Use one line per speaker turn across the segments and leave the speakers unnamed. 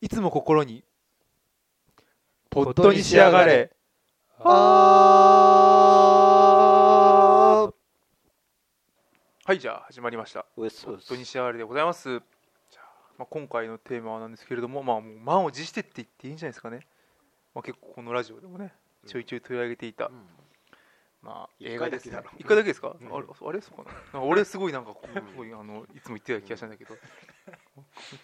いつも心にポットに仕上がれあーはいじゃあ始まりました
ウエス
ポットに仕上がれでございますじゃあ、まあ、今回のテーマなんですけれども,、まあ、もう満を持してって言っていいんじゃないですかね、まあ、結構このラジオでもねちょいちょい取り上げていた、まあ、
一
映画
回だ
で
け
す
だ
ね
ろ
一回だけですか、
うん
あれあれそうかななんか俺すごいなんかこうすごいあのいつも言ってた気がしたんだけ ど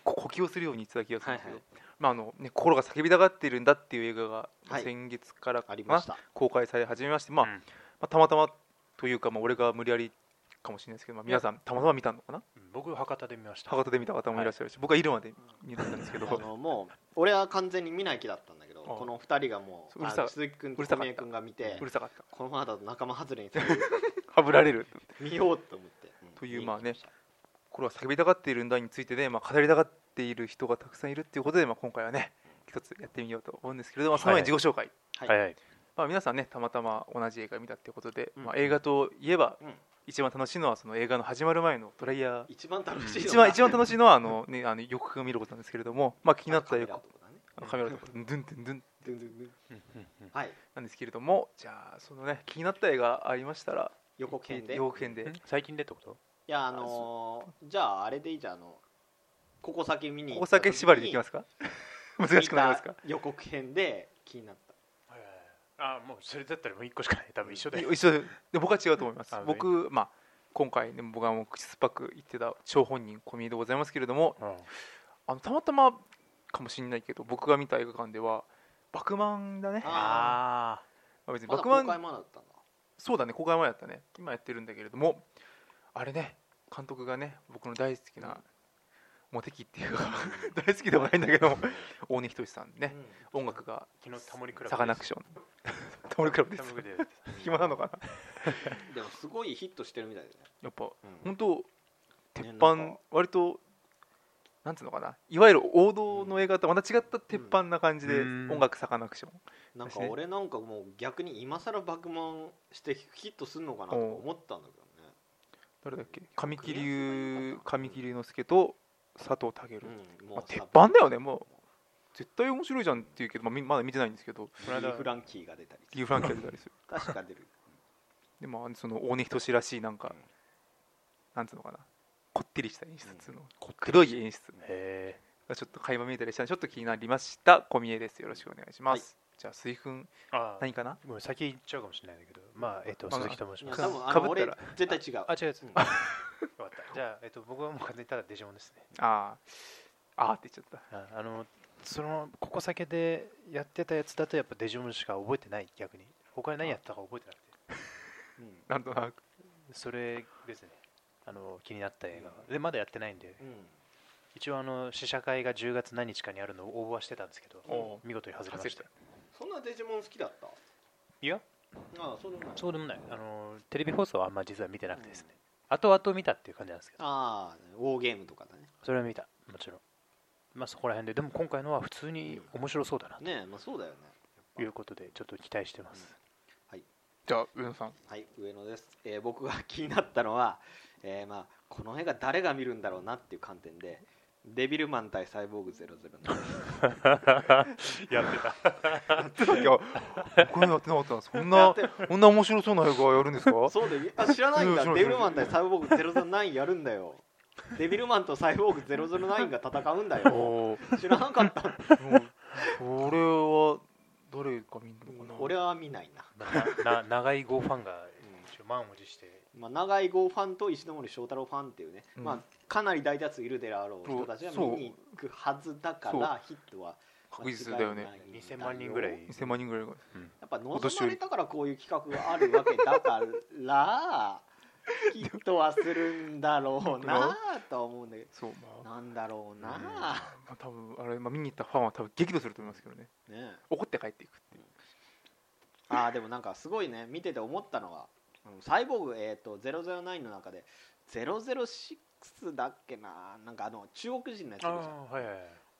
こ呼吸をするように言ってた気がするんですけど、
はい
まああのね、心が叫びたがっているんだっていう映画が
はい
先月からかな、
ありました
公開され始めまして、まあ
うん
まあ、たまたまというか、まあ、俺が無理やりかもしれないですけど、まあ、皆さんたまたま見たのかな
うん僕博多で見ました
博多で見た方もいらっしゃるし、僕は入間で見たんですけど
あのもう俺は完全に見ない気だったんだけど
あ
この二人がも
そうううるさ
あの鈴木君
う
と
るさか
小
った
宮君が見て
うるさかった
このままだと仲間外れにさ れる
はぶられる
見ようと思ってん
というまあね
見に行き
心が叫びたがっているんだについてね、まあ、語りたがっている人がたくさんいるっていうことで、まあ、今回はね一つやってみようと思うんですけれども、その前に
はい
自己紹介、
ました
はい
はい
はい
まあ、皆さんねたまたま同じ映画見たっていうことで、
うん
まあ、映画といえば、
うん
一番楽しいのはその映画の始まる前のドライヤー
一番楽しい
一番一番
し
楽しいのはあの、ね、あの予告を見ることなんですけれども、まあ、気になった予告あのカメラとかドゥンドゥンドゥン
うんうんうん
はい
なんですけれどもじゃあそのね気になった映画ありましたら
予告編でい
予告編で
うん最近でってこと
やあのーじゃああれでいいじゃんあのここ先見に
お酒縛りでいきますすか難しくなりますか
予告編で気になった
あもうそれだったらもう一個しかない多分一緒だよ
一緒でで僕は違うと思います
あ上
僕まあ今回ね僕はもう口酸っぱく言ってた張本人小見でございますけれども
うん
あのたまたまかもしれないけど僕が見た映画館では「バクマン」だね
あ
あ
まあ別に
ま
バ
だ
ク
公
マン
開前だったんだ
そうだね公開前だったね今やってるんだけれどもあれね監督がね僕の大好きなモテキっていうか 大好きでもないんだけども大根仁志さんね、音楽が
ー昨日タモリクラブ
サカナクション タモリクラブで
タ
す
モリクラブです
暇なのかな
でもすごいヒットしてるみたいだよね
やっぱ
うん
本当鉄
なん
板
か
割となんつうのかないわゆる王道の映画とまた違った鉄板な感じで
うん
音楽サカナクション
なんか
私ね
俺なんかもう逆に今更バクマンしてヒットするのかなと思ったんだけどね
誰だっけ神木隆神木隆之介と佐藤健、
うん
まあ
もう
鉄板だよねも絶対面白いじゃんっていうけど、まあみ、まだ見てないんですけど
リーフランキーが出たり
リー・フランキーが出たりする
確か出る
でもあのその大根仁志らしいなんか、
うん
なんつうのかなこってりした演出っつうの、黒い演出
へ
がちょっと垣間見えたりしたんでちょっと気になりました小見えですよろしくお願いします、じゃあ水君
ーあー
何かな
ごめん先言っちゃうかもしれないんだけどまあえっと
まあ
鈴木と申し
い
ま
や
す
多分あ
か
の
ぶっ
俺
たら
絶対違う
あ違うやつ
うん
よかったじゃあえっと僕はもう完全にただデジモンですね
ああああって言っちゃっ
ああのそのここ酒でやってたやつだとやっぱデジモンしか覚えてない逆に他に何やったか覚えてなくて
うん
たなんとなく
それですねあの気になった映画でまだやってないんで
うん
一応あの試写会が10月何日かにあるのを応募はしてたんですけ
お
ど見事に外れました
そんなデジモン好きだった
いや
ああそうでもない
そうでもないあのテレビ放送はあんま実は見てなくてですね、後々見たっていう感じなんですけど
ああウォーゲームとかだね
それは見たもちろんまあそこら辺ででも今回のは普通に面白そうだな
ねえまあそうだよね
ということでちょっと期待してます、
じゃあ上野 さん
はい上野です、えー僕が気になったのは、えーまあ、この映画誰が見るんだろうなっていう観点で「デビルマン対サイボーグ00」の
や
やって た
ってたっけ僕のやってなかったなそん
や
な
ってる
こんな面白そうな映画やるんですか
そうであ知らないんだ
うん
デビルマン対サイボーグ009やるんだよデビルマンとサイボーグ009が戦うんだよ
おー
知らなかった
これは誰が見るのかな
俺は見ないな、
なな長い号ファンが一応満を持して
まあ、長井豪ファンと石ノ森章太郎ファンっていうね、
うん
まあ、かなり大多数いるであろう人たちが見に行くはずだからヒットは
確実だよね
間違いない
2000万人ぐらい
2000万人ぐらいが
やっぱ望まれたからこういう企画があるわけだからヒットはするんだろうなとは思うんだけ
そう
ど
まあ
なんだろうな、
まあ多分あれ、まあ、見に行ったファンは多分激怒すると思いますけどね
ねえ
怒って帰っていくっていう
あーでもなんかすごいね見てて思ったのはあのサイボーグ、えー、と009の中で006だっけななんかあの中国人のやついるじゃんあ
あはいは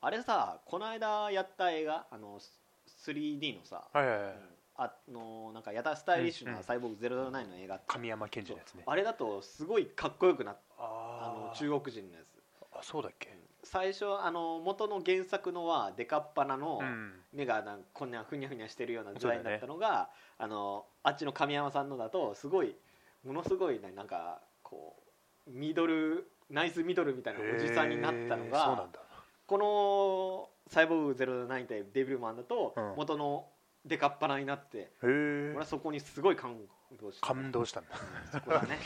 い
れさこの間やった映画あの 3D のさ、
はいはいはい
あのなんかやたらスタイリッシュなサイボーグ009の映画って、
神山健二のやつね
あれだとすごいかっこよくなっ
あ
あの
ー
中国人のやつ
あそうだっけ
うん最初あの元の原作のはデカッパナの
うん
目がなんかこんなふにゃふにゃしてるような
そう
デザイ
だよ
ン
ね
だったのが、あのあっちの神山さんのだとすごいものすごいねなんかこうミドルナイスミドルみたいなおじさんになったの
へーそうな
が
んだ
この「サイボーグ009」対デビルマンだと
うん
元のデカッパナになって、
へ
俺は
え
そこにすごい感動した
感動したんだ
そこだね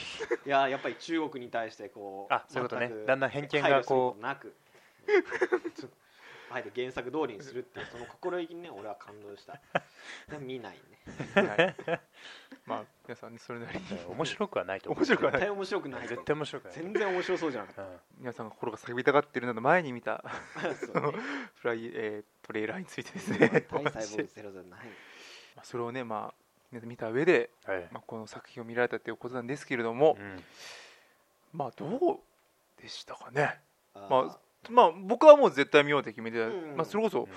いややっぱり中国に対してこう
あそういうことね
全く
だんだん偏見がこ
配慮する ことなくあえて原作通りにするっていうその心意気にね俺は感動したでも見ないね
はい、 まあ皆さんねそれなりに
う面白くはないと思う
面白くは
絶
ない
対面白くない
絶対面白くはない
全然面白そうじゃなかっ
うん
皆さんが心が叫びたがってるのの前に見た
たそうね
フライ、えートレーラーについてですね
対
お話
サイ
し
ボーグゼロじゃない
まあそれをねまあ皆さん見た上で、
はい
まあ、この作品を見られたということなんですけれども、
うん
まあどうでしたかね
あ
ままあ僕はもう絶対見ようって決めてた、
うん
まあ、それこそ、
あ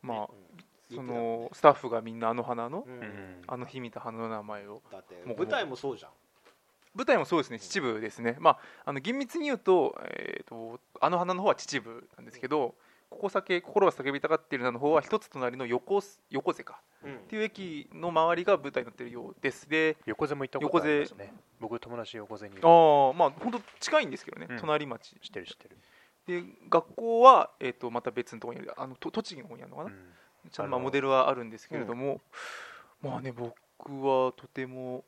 まあそ
そ
のスタッフがみんなあの花の、
うんうん
あの日見た花の名前を
だって
もう
舞台もそうじゃん
舞台もそうですね秩父ですね、まあ、あの厳密に言うと,、えー、とあの花の方は秩父なんですけどここ酒心は叫びたがっているなの方は一つ隣の横須横瀬か
うん
っていう駅の周りが舞台になっているようですで
横瀬も行ったことありますね僕友達横瀬にいる
あーまあ本当近いんですけどね、
うん
隣町
知ってる知ってる
で学校は、えー、とまた別のところにあるあのと栃木の方にあるのかな、
うん
ちゃんとま
なるほど
あモデルはあるんですけれども、まあね僕はとても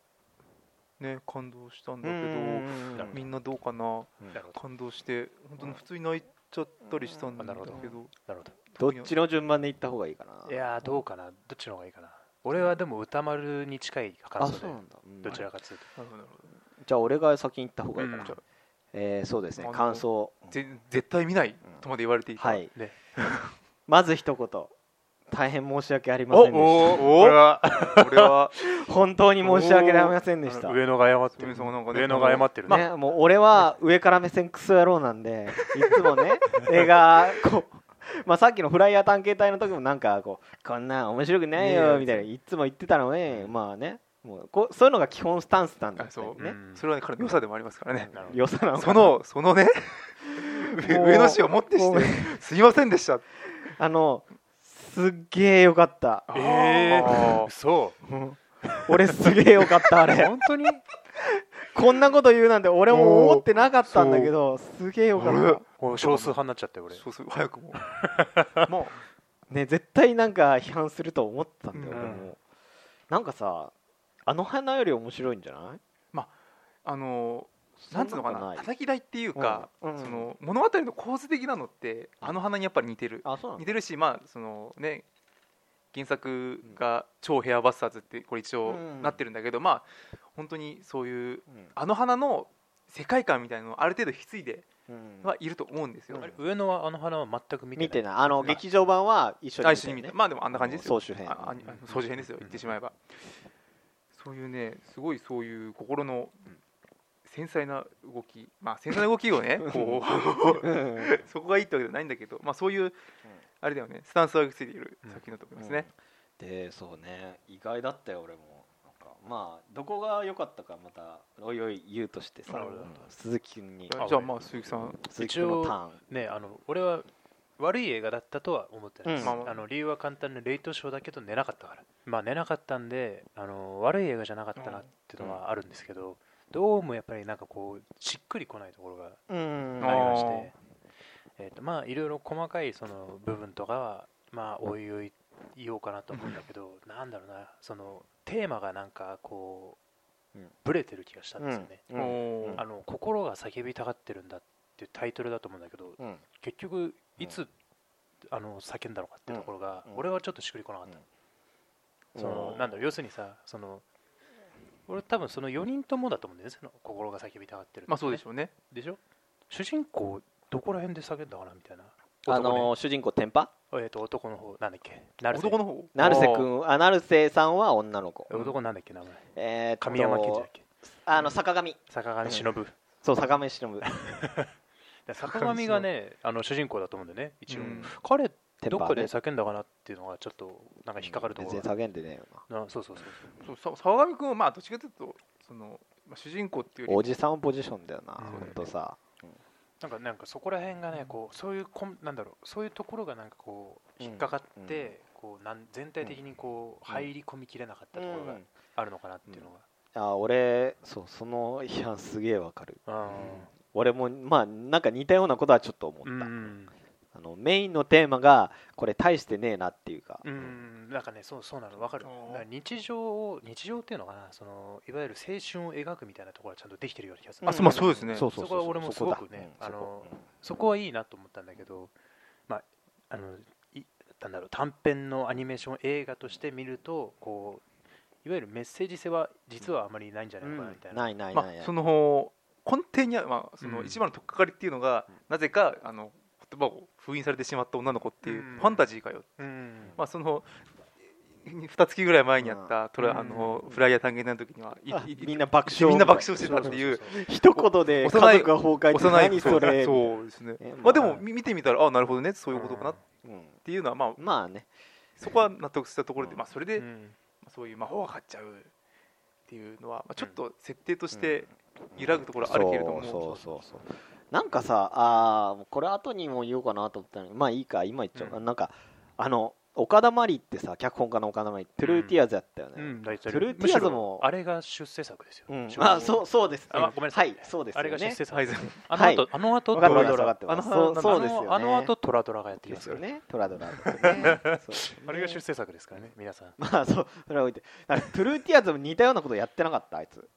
ね感動したんだけど、
ど
みんなどうかな
うん
なるほど
感動して本当に普通に泣いちゃったりしたんだ
あなるほど
けど
なるほど
どっちの順番で行った方がいいかない
やーどうかなどっちの方がいいかな俺はでも歌丸に近い感
あ
想
そう
で
なんだうん
どちらかという
なるほどなるほど
じゃあ俺が先に行った方がいいか
う
なんえーそうですね
あの
感想
ぜ絶対見ないとまで言われていた、
はい
とね
まず一言大変申し訳ありま
お
せんでし
おおこれはこれは
た本当に申し訳ありませんでした、ね、
上野が謝って
上
る
野なんかね
上野が謝ってるね
もう俺は上から目線クソ野郎なんでいつも ね映画こうまあさっきのフライヤー探検隊の時もなんかこうこんなん面白くない
ね
よ
え
みたいないつも言ってたのねまあねもうこうそういうのが基本スタンスなんだ
あ
よ
そう、
ね
うん
それは、ね、彼の良さでもありますからね、
なるほど
良さなのか
そ
な
のそのね
もう
上上野市をもってし
ごめ
てすいませんでした
あのすっげえよかった
あ
え
あ
ーそ
うん俺すげえよかったあ
う
れ
本当に
こんなこと言うなんて俺も思ってなかったんだけどすげえよかっ
お少数派になっちゃったよ 俺
そうそう早くもも
たね絶対なんか批判すると思ったんだよ、
うん
俺もなんかさあの花より面白いんじゃないう
あのなんつうのかな
そん
叩き台っていうか、
うんうん
その物語の構図的なのってあの花にやっぱり似てる
あそうな
似
の
てるしまあそのね原作が「超ヘアバスターズ」ってこれ一応
うん
なってるんだけど、まあ本当にそういう
うん
あの花の世界観みたいなのをある程度引き継いで
うん
はいると思うんですよ、
うん
あれ
上野はあの花は全く見て
見て
ない
ないあの
あ
劇場版は一緒に
あ一緒に見た、まあでもあ
あ
んな感じですよ
総集編
ああ
うん
総集編ですよ言ってしまえば、そういうねすごいそういう心の繊細な動きまあ繊細な動き をねこうそこがいいってわけじゃないんだけど、まあ、そういうあれだよねスタンスはついている作品だと思いますね、
でそうね意外だったよ俺もなんかまあどこが良かったかまたおいおい言うとしてさ
なるほど
鈴木君に
うん
じゃあまあ鈴木さん
鈴木君のターン
ねあの俺は悪い映画だったとは思ってないです、
うん
あの理由は簡単でレイトショーだけど寝なかったからまあ寝なかったんであの悪い映画じゃなかったなっていうのはあるんですけど、どうもやっぱりなんかこうしっくりこないところが
うん
あ
ありまし
ー
て、えー、とまあいろいろ細かいその部分とかはまあおいおい言おうかなと思うんだけどなんだろうなそのテーマがなんかこう
うん
ブレてる気がしたんですよね、
うん
おー
あの心が叫びたがってるんだっていうタイトルだと思うんだけど
うん
結局いつ、あの叫んだのかっていうところが、
うん
俺はちょっとしっくりこなかった、その
うん
なんだろう要するにさその俺多分その4人ともだと思うんだよねその心が叫びたがってるってね、
まあそうでしょうね
でしょ主人公どこら辺で叫んだかなみたいな
あ
男ね
の主人公テンパ
えー、と男の方なんだっけなる
男の方
成瀬君あ成瀬さんは女の子
男なんだっけ名前
えーっと
神山健二だっけ
あの坂上
坂上忍、
そう坂上忍
で坂上がねあの主人公だと思うんだよね一応、
うん
彼
テ
ど
ン
っ
パ
かで
ね
叫んだかなっていうのがちょっとなんか引っかかるところ
全
が
然叫んでねえよな
あそうそうそう
そうさ沢上君はまあどっちかというとその、まあ、主人公っていうより
おじさんポジションだよな
うん
ほんとさ
なんかなんかそこら辺がね、こうそういうこんなんだろうそういうところがなんかこう引っかかって、こうなん全体的にこう
うん
入り込みきれなかったところがあるのかなっていうの
あ俺そうその批判すげえわかる
が、
俺もまあなんか似たようなことはちょっと思っ
う
た、
んうん
あのメインのテーマがこれ大してねえなっていうか、
うんなんかねそうそうなのわかる
あ
だ
ー
から日常を日常っていうのかなそのいわゆる青春を描くみたいなところはちゃんとできてるような気がする
あそうまあそうですね
そうそうそう
そこは俺もすごく
そこだ
ね
うん
あの
そこ
そこはいいなと思ったんだけど、まあ、あのいなんだろう短編のアニメーション映画として見るとこういわゆるメッセージ性は実はあまりないんじゃないのかなみた
う
い
ん
な。
ないない
ま
ない
あ
ない、、
その根底にある、まあ、そうの
ん
一番の取っかかりっていうのが、
うん
なぜかあの言葉を封印されてしまった女の子っていう、
うん
ファンタジーかよ、
うん
まあ、その2月ぐらい前にやった、トラ
うん
あのフライヤー単元の時にはい
あ
いい
みんな爆笑
みんな爆笑してたっていう
そそそ
一言で家族が崩壊って
幼い
何それ
そうですね
ね
まあで
ま
も
あ
み見てみたらあなるほどねそういうことかなっ
うん
ていうのはまあ
まあね
そこは納得したところで、
うん
まあ、それ
う
で、ま
ん
あそういう魔法が買っちゃうっていうのは、まあ、ちょっと設定として揺らぐところはあるけれども、
そうそうそうそうなんかさあーこれ後にも言おうかなと思ったのにまあいいか今言っちゃおうか、
うん
なんかあの岡田真理ってさ脚本家の岡田真理トゥルーティアーズやったよね、
うん、大
ト
体
ゥルーティアーズも
むしろあれが出世作ですよ。
うん
正直
あそうそうです、
あごめんなさい
はいそうですよ
あれが出
ね
世作
はい
です。あの後、あの後
分か
トラ
ってま
ドラ
す分かって
あ
ま
の
すそうそうですよね
あの後トラドラがやってき
で
ますすか
よ
らね。
ねトラドラですよね そう
あれが出世作ですからね、皆さん。
まあそうそれは置いてなんかトゥルーティアーズも似たようなことやってなかったあいつ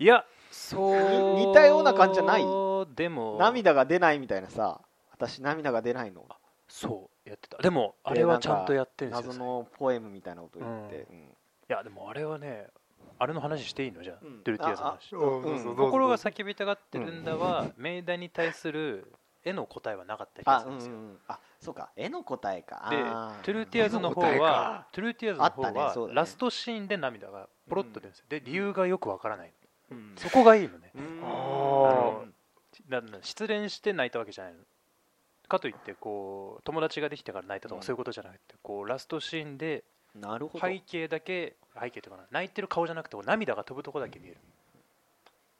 いや、そう
似たような感じじゃない
でも、
涙が出ないみたいなさ私涙が出ないの
そう、やってた。でも、あれはちゃんとやってるんですよ
謎。のポエムみたいなこと言って、うん
いや、でもあれはね、あれの話していいのじゃあ、
うん
ドゥルティアさんの話。
うん
うん
そうそう
心が叫びたがってるんだは、命題に対する絵の答えはなかった気が
あ
す、
う
る
ん
ん
う
ですよ。
んうん、あそうか絵の答えか
で
あ
トゥルーティアーズの方
絵の答え
は
か、
トゥルーティアーズの
あ
方
ったね
は
そうだ、ね
ラストシーンで涙がポロッと出るんですよ。で、理由がよくわからない。
うん
そこがいい のね。
うーん
あ
あ
の
のだだ失恋して泣いたわけじゃないのかといってこう友達ができてから泣いたとか
うん
そういうことじゃなくてこうラストシーンで
なるほど、
背景だけ背景というかな泣いてる顔じゃなくてこう涙が飛ぶとこだけ見える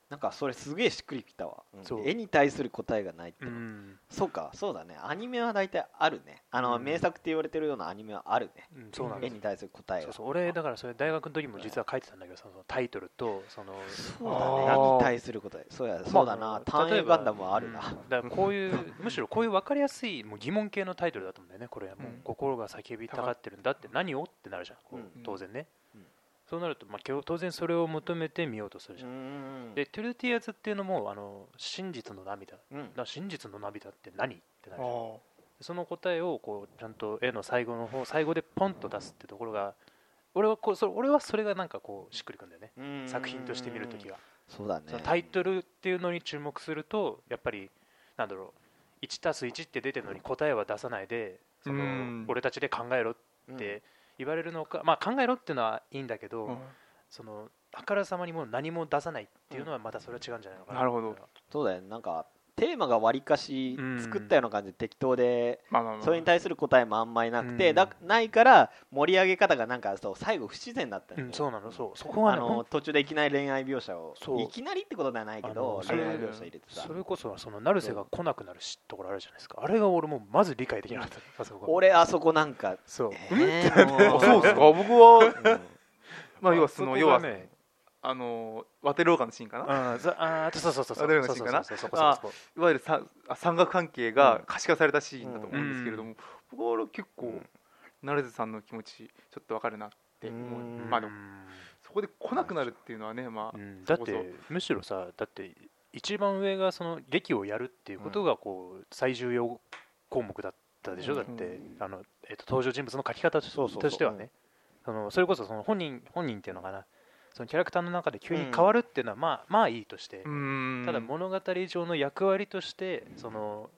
なんかそれすげえしっくりきたわ、うん
そう
絵に対する答えがないって、
うん、
そうかそうだねアニメは大体あるねあの、
うん
名作って言われてるようなアニメはあるね
うん、そうなん
絵
です
に対する答え
そう
が
そう俺だからそれ大学の時も実は書いてたんだけどそのタイトルとその
そうだね
あー
絵に対する答えそうやそうだな、
まあ
単
例え
影
ば
ガンダムはあるな、
うんだからこういうむしろこういう分かりやすいもう疑問系のタイトルだと思うんだよねこれはもう
うん
心が叫びたがってるんだって何をってなるじゃんこう
うん
当然ね、
うん
そうなると、まあ、今日当然それを求めてみようとするじゃん
うーん
でトゥルティアーズっていうのもあの真実の涙だか
うん
ら真実の涙って何ってなるじゃん
あ
その答えをこうちゃんと絵の最後の方最後でポンと出すってところが俺はこうそれ俺はそれがなんかこうしっくりくんだよね
うん
作品として見るときが、
そうだね
そのタイトルっていうのに注目するとやっぱりなんだろう1たす1って出てるのに答えは出さないでそ
うん
の俺たちで考えろっ
うん
て言われるのか、まあ、考えろっていうのはいいんだけど、
うん
そのあからさまにもう何も出さないっていうのはまたそれは違うんじゃないのかな
なるほど
そうだよねなんかテーマがわりかし作ったような感じで適当で、
まあまあまあ
それに対する答えもあんまりなくて、
うん
だないから盛り上げ方がなんかそう最後不自然だったよ
う
ね、
ん、そうなのそうそこ
あ
はねほん
の途中でいきなり恋愛描写を
そう
いきなりってことではないけど
あの
恋愛描写入れてさ
それこそその成瀬が来なくなるしところあるじゃないですかあれが俺もうまず理解できなかったあそこが
俺あそこなんか
そう、
えーも
あそうですか僕は、まあ、要はその要は
こがね
あのワテローガのシーンかな、
うんざあーそうそうそうそう
あどういうシーンかな
そうそうそうそうそこそ
い
こ
わゆるさあ三角関係が可視化されたシーンだと思うんですけれども、僕はあれ結構、
うん
成瀬さんの気持ちちょっとわかるなって思う
うん
まあでも
うん
そこで来なくなるっていうのはねまあ、
うんだ
そこ
っ
そ
てむしろさだって一番上がその劇をやるっていうことがこう最重要項目だったでしょ、
うん
だってあの、えっと登場人物の書き方と
そうそうそう
としてはねそのそれこそその本人本人っていうのかなそのキャラクターの中で急に変わるっていうのは、まあまあいいとして、
うん
ただ物語上の役割としてその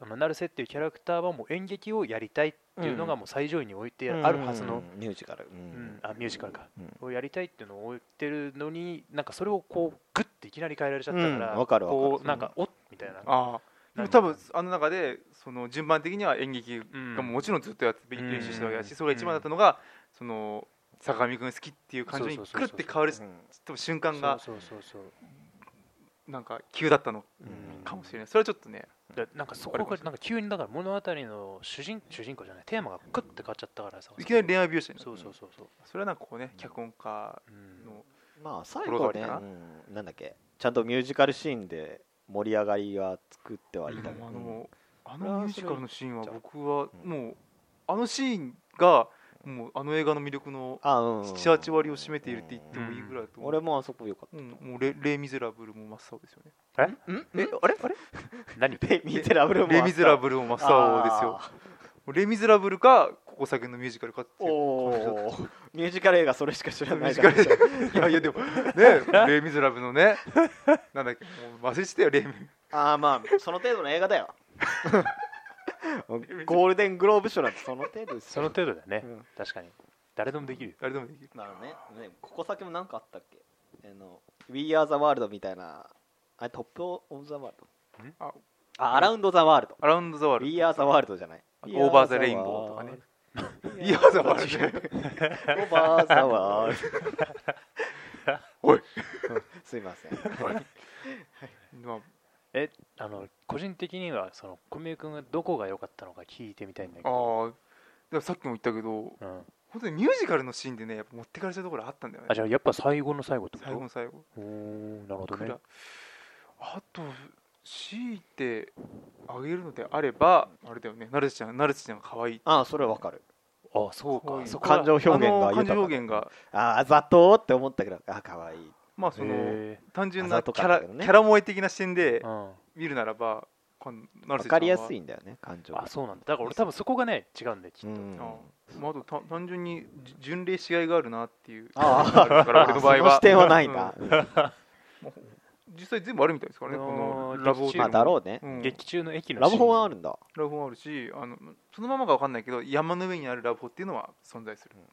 あの成瀬っていうキャラクターはもう演劇をやりたいっていうのがもう最上位に置いてあるはずの、
うんミュージカル、うん
うん、あミュージカルか、
う
をやりたいっていうのを置いてるのになんかそれをこうグッていきなり変えられちゃったから、
うんわかるわかる
こうなんかおっみたいな
ああでも多分あの中でその順番的には演劇
うん
がもちろんずっとやって練習してたわけだし、
うん
それが一番だったのが、その坂上君好きっていう感情に
そう
く
そうそ
る
う
っ
そう
て変わる
うん
多分瞬間が
そうそうそうそう
なんか急だったの
うん
かもしれないそれはちょっとね
でなんかそこ
あれかも
が
しれな
なんか急にだから物語の主人主人公じゃないテーマがクッて変わっちゃったからさ
いきなり恋愛描写にな
そ
っ
う
た
そうそうそう、
それはなんかこうね脚本家
うん
の
まあ最後は
心
ね、
変わ
うんなんだっけちゃんとミュージカルシーンで盛り上がりは作ってはいた
で
けど
もあ
うん
のあのミュージカルのシーンは僕は
うん
もうあのシーンがもうあの映画の魅力の
あうん
78割を占めているって言ってもいいぐらいだと思う
俺もあそこ良かっ
うん、もうレレ・ミゼラブルも真っ青ですよね。
たえあれあれ
何
レ・ミゼラブルも
レ・ミゼラ
ル
ブルも真っ青ですよ。レ・ミゼラブルか、ここ先のミュージカルかっていう
お
感じだった。
おミュージカル映画それしか知ら
ミュ
な
ー
い
ジ
か
カ
ら
ルで。いやいや、でも、ね、レ・ミゼラブルの ね、なんだっけ、もう忘れてたよ、レ・ミ。
ああまあその程度の映画だよ ゴールデングローブ賞なんてその程度です
そ
よ
の程度だよね、
うん
確かに誰でもできるよ
誰でもできる。
なるほどねねここ先も何かあったっけあの We Are the World みたいなあれトップオブザワールド
あ
あアラウンドザワールド
アラウンド・ザ・ワール
We Are the World じゃない
ド、オーバー・ザ・レインボーとかね。いや、ザ・ワールド。
オーバーザワールド
おい
うんすいません
まあ
えあの個人的にはその小宮君がどこが良かったのか聞いてみたいんだけ
あ
ど
ー、でもさっきも言ったけど、
あ,、うん、
本当にミュージカルのシーンでね、やっぱ持ってかれちゃうところあったんだよね
あ。じゃあやっぱ最後の最後ってこと
最後の最後。
おーなるほどね
暗あと強いてあげるのであればあれだよねなるちゃんなるちゃんが可愛い
ああそれはわかる
あそう
可愛
か
い
そこ
感情表現が
あの感情
豊か
表現が
ああざとーって思ったけどあかわいい
まあその
へ
単純
あ
な
ざ
キ
と
ャ
かっ
ラ、
たけどね
キャラ萌え的な視点で
ーうん
見るならばこの成
わ
瀬ちゃんは
かりやすいんだよね感情
あそうなんだだから俺多分そこがね違うんできっと、
うん
あまあ、あとた単純にじ巡礼しがいがあるなっていうあ
あ
るから
あ
俺
そ
の場合
の視
は
点はないな、
実際全部あるみたいですからね
あ
こ
の
のラブホテルも
まあだろうね
うん
劇中の駅の
ラブホはあ
る
るんだ
ラブホもあるしあのそのままかわかんないけど山の上にあるラブホっていうのは存在する、
うん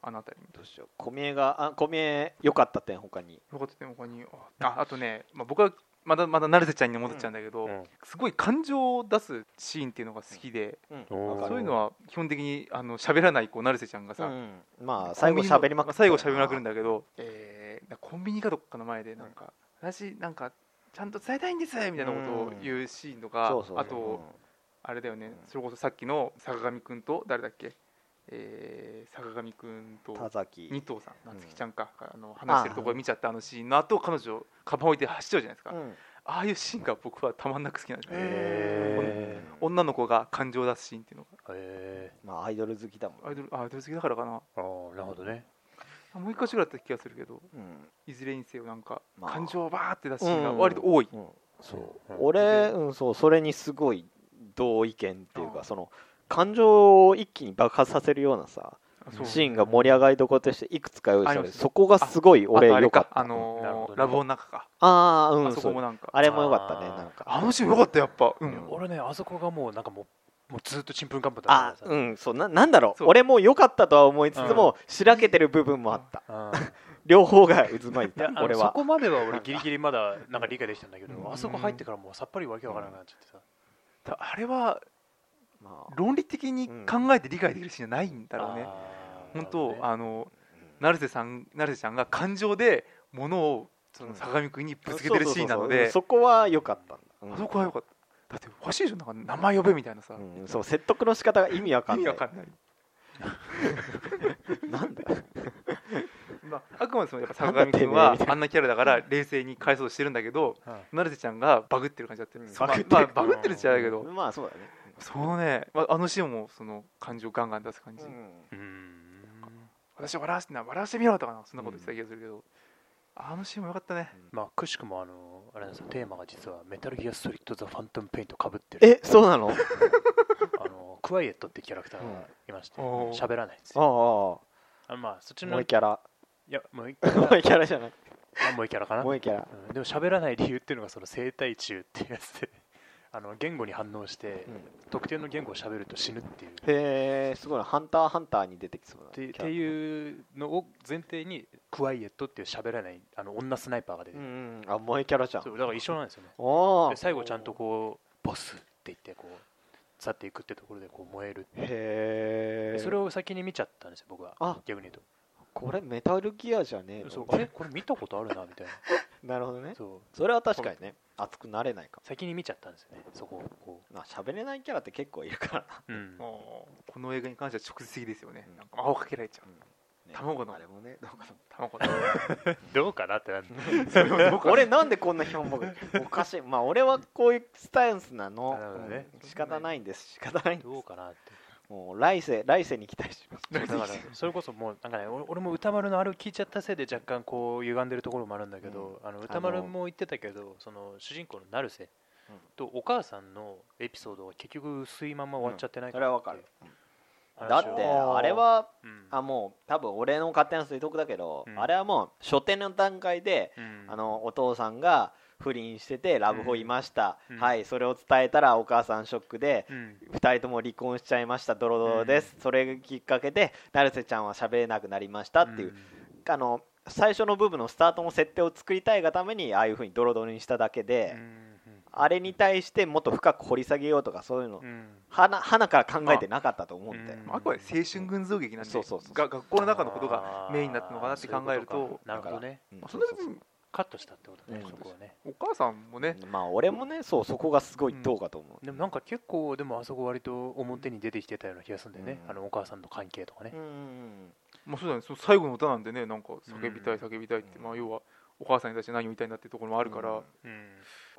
あの辺りに
どうしよう小宮があ小宮良かった点他に
よかったね他にあああとね、まあ、僕はまだまだ成瀬ちゃんに戻っちゃうんだけど、すごい感情を出すシーンっていうのが好きで、
うん
わかる
そういうのは基本的にあの喋らないこう成瀬ちゃんがさ、
うんまあ
コ
最
ンビ
後
ニの
喋りまく
あ
っ
最後喋りまくるん
だ
だけど、えーコンビニかどっかの前でなんか、私なんかちゃんと伝えたいんですみたいなことを言うシーンとか、
そうそうそう
あと、あれだよね、
うん
それこそさっきの坂上くんと誰だっけ、えー坂上くんと
うん田崎
二藤さん、
うん
夏希ちゃんか、あの話してるところ見ちゃったあのシーンの後彼女、カバン置いて走っちゃうじゃないですか、
うん
ああいうシーンが僕はたまんなく好きなんですよ、
へー
女の子が感情を出すシーンっていうの
へえ
まあアイドル好きだもん
が、アイドルあアイドル好きだからかな、
ああーなるほどね
もう一箇所だった気がするけど、
うん
いずれにせよ、なんか、
まあ
感情をバーって出すシーンが割と多い、
うんうん
そう、
俺、うん、そうそれにすごい同意見っていう
ああ
かその感情を一気に爆発させるようなさ
あそう
シーンが盛り上がりどころとしていくつか用意した
あ
の
り
で
ます
そこがすごい俺
あとあれ
良かっ
か、
た
あ
なるほ
のー
どね
ラブホの中か、
ああう
あ
ん
そ
そ
こも
う
なんか、
あれも良かったね
あー
なんか
あのシーンよかった、やっぱ、う
いや
ん、
俺ねあそこがもうなんかもうもうずっとちんぷんかんぷんだ
あ
った
う
からさ
んそうななんだろう
そう
俺も良かったとは思いつつもしらけてる部分もあった
うん
両方が渦巻い
いや
た
あの
俺
そ
は
こまでは俺ギリギリまだなんか理解できたんだけど、
うん
あそこ入ってからもうさっぱりわけわからなくなっちゃってさ、
だあれは
まあ
論理的に考えて理解できるシーンじゃないんだろうね。
あー
本当、
なる
あの
うん
成瀬さん成瀬ちゃんが感情で物をそうの
ん
相模君にぶつけてるシーンなので、
そうそうそうそうそこは良かったんだうん
あそこは良かっただって欲しいでしょなんか名前呼べみたいなさ、
うんそう説得の仕方が意味わか
意
ん
味
な
わ
い
かんない、
なんだ
まあ、あくまでそのやっぱ
なん
相
だ
模君は
てめえみたい
あんなキャラだから冷静に回想してるんだけど
ほどね
成瀬ちゃんがバグってる感じだったよね、
うん
まあ
バグってる
まあバグってるじゃないけど、
まあそうだね
そのね、まあ、あのシーンもその感情ガンガン出す感じ、
うんうん
私を笑わせてな笑わせてみろとかなそんなこと言ってた気がするけど、あのシーンも良かったね
まあくしくもあのあれなんですよテーマが実はメタルギアソリッド・ザ・ファントム・ペイントかぶってる
えそうなのあ
あのクワイエットってキャラクターがいまして
うんおー
喋らないんです
あ
よ
も
あまあそっちの
う
い
キャラ
やもう一
もうキャラじゃない
あもう一キャラかな
もうキャラ
うんでも喋らない理由っていうのがその生態中っていうやつで あの言語に反応して、
うん
特定の言語を喋ると死ぬっていう
へえすごいなハンターハンターに出てきそうな
て
キ
っ
ャラ
ていうのを前提にクワイエットっていう喋らないあの女スナイパーが出て
う
く
ん
る、
うんあもうキャラじゃん
そうだから一緒なんですよね
お
で
お
最後ちゃんとこうボスって言ってこう去っていくってところでこう燃える
へえ
それを先に見ちゃったんですよ僕は
あ
逆に言う
これメタルギアじゃねえ
と
の
そうあれこれ見たことあるなみたいな
なるほどね
そう
それは確かにね熱くなれないか
先に見ちゃったんですよねそこをこ
もな喋れないキャラって結構いるからな
う、うん、
もうこの映画に関しては直接的ですよね
う、ん
なんか魔法かけられちゃう、
ね
卵の
あれもねどうかと思
卵の
どうかなってなんで
それもどう
っ
か
た俺なんでこんな評判おか しいまあ俺はこういうスタンスなの
なるほどね
うん仕方ないんです仕方ないんです
どうかなって
もう来世来世に期待します
な
だ
ん
から
か
それこそもうなんかね俺俺も歌丸のあれを聞いちゃったせいで若干こう歪んでるところもあるんだけど、あの歌丸も言ってたけどその主人公の成瀬とお母さんのエピソードは結局薄いまま終わっちゃってない
それはわかるだ
話を
ってあれは
うん
あもう多分俺の勝手な推測だけど、
うん
あれはもう初手の段階で、
うん
あのお父さんが不倫しててラブホいました、
うん
はいそれを伝えたらお母さんショックで、
うん
2人とも離婚しちゃいましたドロドロです、それがきっかけで成瀬ちゃんは喋れなくなりましたっていう、あの最初の部分のスタートの設定を作りたいがためにああいうふうにドロドロにしただけ
うん
で、
うん
あれに対してもっと深く掘り下げようとかそういうの、
うん
はな花から考えてなかったと思うんだよ
うん
あくまで青春群像劇なんで
そうそうそう
が学校の中のことがメインになってるのかなって考える
あーそうい
と
うことかなるほどね
うん
まあそんな別に
カットしたってことね、
うん
そこはね
お母さんもね、
まあ俺もねそうそこがすごいどうかと思う、
でもなんか結構でもあそこ割と表に出てきてたような気がするんだよね、
うん
あのお母さんと関係とかね、
うん
まあ、そうだねその最後の歌なんでねなんか叫びたい叫びたいって、
うん
まあ、要はお母さんに対して何を言いたいんだっていうところもあるから、
うん
うん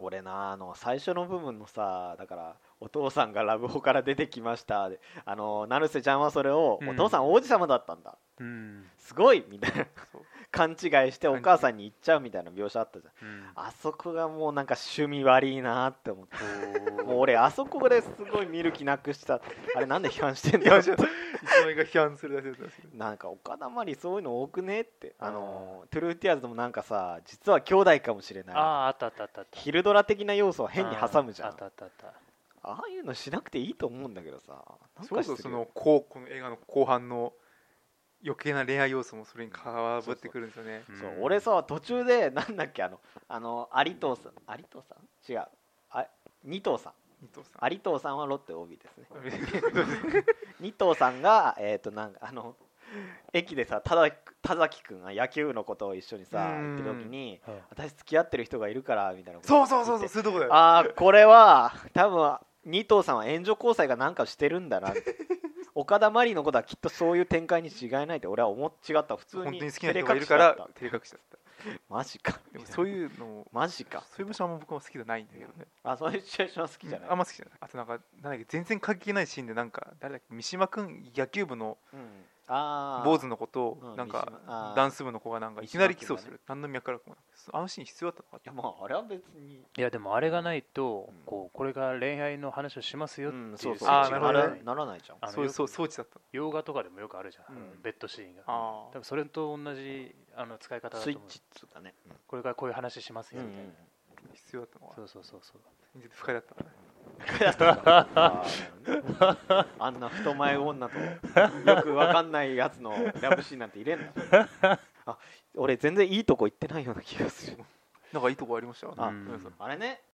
俺なあの最初の部分のさだからお父さんがラブホから出てきましたであの成瀬ちゃんはそれを、
うん
お父さん王子様だったんだ
うん
すごいみたいな
そう
勘違いしてお母さんに言っちゃうみたいな描写あったじゃん
うん
あそこがもうなんか趣味悪いなって思って
おー
もう俺あそこですごい見る気なくしたあれなんで批判してん
いや
だ
いやいつ の映画批判するだけだったんですけど
なんか岡田まりそういうの多くねってあのトゥルーティアーズでもなんかさ実は兄弟かもしれ
あ
ない
ああったあったあったあった
ヒルドラ的な要素を変に挟むじゃん
あーあったあったあった
ああいうのしなくていいと思うんだけどさなん
そう
か
そう
失
そ
礼
のこうこの映画の後半の余計な恋愛要素もそれにかぶってくるんですよね
そう俺さ途中でなんだっけあのあの有藤さん有藤さん違うあ二藤さん
伊藤 さん
有藤さんはロッテ OB ですね
あ
二藤さんがえっ、となんかあの駅でさ田崎田崎君が野球のことを一緒にさ
うん
言ってる時に
うん
私付き合ってる人がいるからみたいなこと
そうそうそうそう
言って
そういうとこだよ
ああこれは多分二藤さんは援助交際がなんかしてるんだなって 岡田真理のことはきっとそういう展開に違いないって俺は思っ違った普通に
本当に好きな人がいるから照れ隠しだった
マジか
でもそういうのを
マジか
そういう部署はもう僕も好きじゃないんだけどね
あそういうシチュエーションは好きじゃない、
あんま好きじゃないあとなんかなんだっけ全然関係ないシーンでなんか誰だっけ三島君野球部の
うんあー
坊主のこと
う
を
ん
なんか
三島あー
ダンス部の子がなんかいきなりキスをする、何の脈からもなくあのシーン必要だったのかっ
い
て
やまああれは別に
いやでもあれがないと
うん
こうこれが恋愛の話をしますよっていう
そう
ス
そ
イ
う
あ
ッ
ー
チ
なる
が
ほ
あ
どね
な
らない
るならないじゃん
あの
そういう
よく
そう装置だったの
洋画とかでもよくあるじゃん、
うん
あのベッドシーンが
あ
多分それと同じあの使い方だと
スイッ
思う
チっつうかね、
これからこういう話します
うん
よみたいな、
必要だったのか
そうそうそうそう
不快だったのか
あーあんな太前女とよくわかんないやつのラブシーンなんて入れんなあ俺全然いいとこ行ってないような気がする
なんかいいとこありました
あ
ごめんなさい
あれね